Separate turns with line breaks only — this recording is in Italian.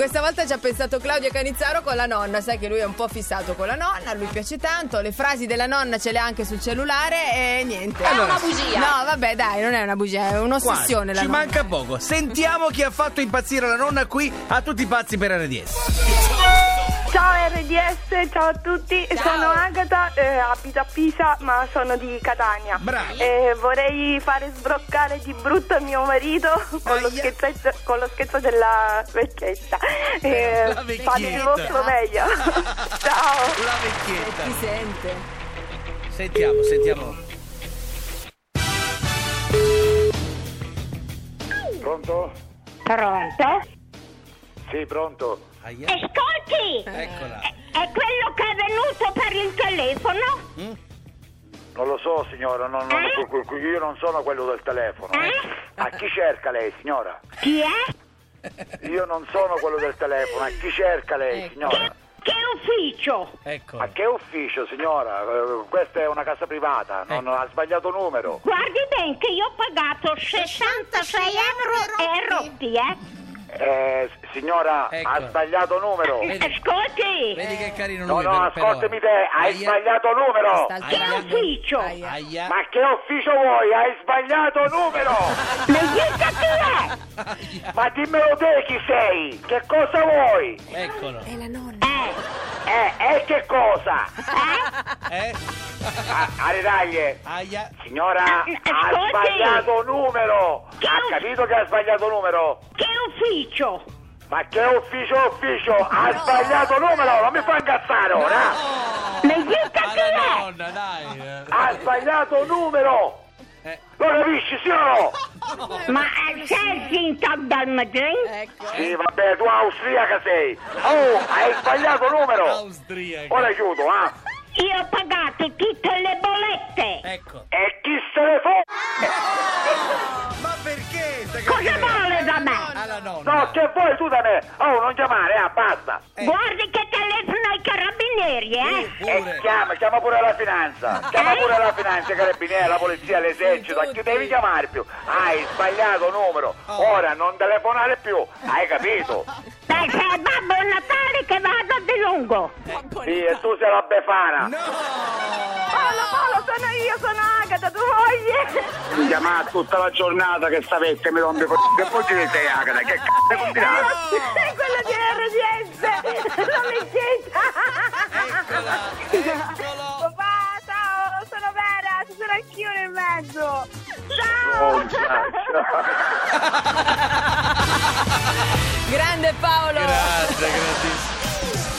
Questa volta ci ha pensato Claudio Canizzaro con la nonna, sai che lui è un po' fissato con la nonna, a lui piace tanto, le frasi della nonna ce le ha anche sul cellulare e niente.
È una bugia.
No, vabbè, dai, non è una bugia, è un'ossessione la
Ci
nonna.
manca poco. Sentiamo chi ha fatto impazzire la nonna qui a tutti i pazzi per RDS.
Ciao RDS, ciao a tutti, sono Agata, eh, abito a Pisa ma sono di Catania.
Bravi.
Eh, vorrei fare sbroccare di brutto mio marito con, lo
Aia.
scherzetto- con lo scherzo della vecchietta. Eh,
La vecchietta.
fate il vostro meglio. ciao.
La
E
vecchietta.
Ti sente.
Sentiamo, sentiamo.
Pronto?
eh,
Pronto?
Sì, pronto.
Aia.
Eh, Ascolti!
Eccola.
È quello che è venuto per il telefono?
Non lo so signora, non- non- cu- cu- io non sono quello del telefono.
Eh?
A chi cerca lei signora?
Chi è?
Io non sono quello del telefono, a chi cerca
Ecco.
lei
Che,
signora?
che ufficio?
A
Eccola.
che ufficio signora? Eh, Questa è una casa privata, non
Ecco.
ha sbagliato numero.
Guardi bene che io ho pagato 66 euro e rotti, eh?
Eh, s- signora,
Eccola.
ha sbagliato numero.
Vedi-
Ascolti!
Vedi che carino
No,
lui
no,
però- però-
ascoltami te, hai
Aia.
sbagliato numero.
Sta al
Che
Aia.
telefono.
ufficio?
Aia.
Aia.
Ma che ufficio vuoi? Hai sbagliato numero.
Mi dica chi è?
Ma dimmelo te chi sei? Che cosa vuoi?
Eccolo.
Eh,
Eh, eh che cosa?
Eh?
A, a ridaglie.
Aia.
Signora, ha
Ascolti.
sbagliato numero! Ha capito che ha sbagliato numero?
che ufficio?
Ma che ufficio ufficio? Ha sbagliato numero! Non mi fa incazzare ora!
Mi dica chi
Alla
è?
nonna, dai.
Ha sbagliato numero!
Eh.
Lo capisci, sì o no?
Ma eh, sei il sindaco del Madrid?
Ecco.
Sì, vabbè, tu austriaca sei! Oh, hai sbagliato numero!
Austriaca.
Ora chiudo, ah!
Io ho pagato tutte le bollette!
Ecco.
E chi se ne fa?
Ma perché? sta
Cosa
cattiva?
vuole da me?
Alla nonna.
No, che vuoi tu da me? Oh, non chiamare, ah, basta!
Eh.
Guardi che telefono ai carabinieri, eh!
E
Pure.
chiama, chiama pure la finanza, chiama pure la finanza, i carabinieri, la polizia, l'esercito, a chi devi chiamare più? Hai sbagliato numero, ora non telefonare più, hai capito?
Beh, se è Babbo Natale che vado di lungo!
Sì, e tu sei la befana,
Paolo, Paolo, sono io, sono Agata, tua moglie.
mi chiama tutta la giornata che sapete, mi rompe con che poi ti sei Agata, che cazzo continuate?
Sei quella di RDS. La vecchietta.
Eccolo.
Papà, ciao, sono Vera, ci sono anch'io nel mezzo. Ciao.
Oh, già.
Grande Paolo.
Grazie, grandissimo.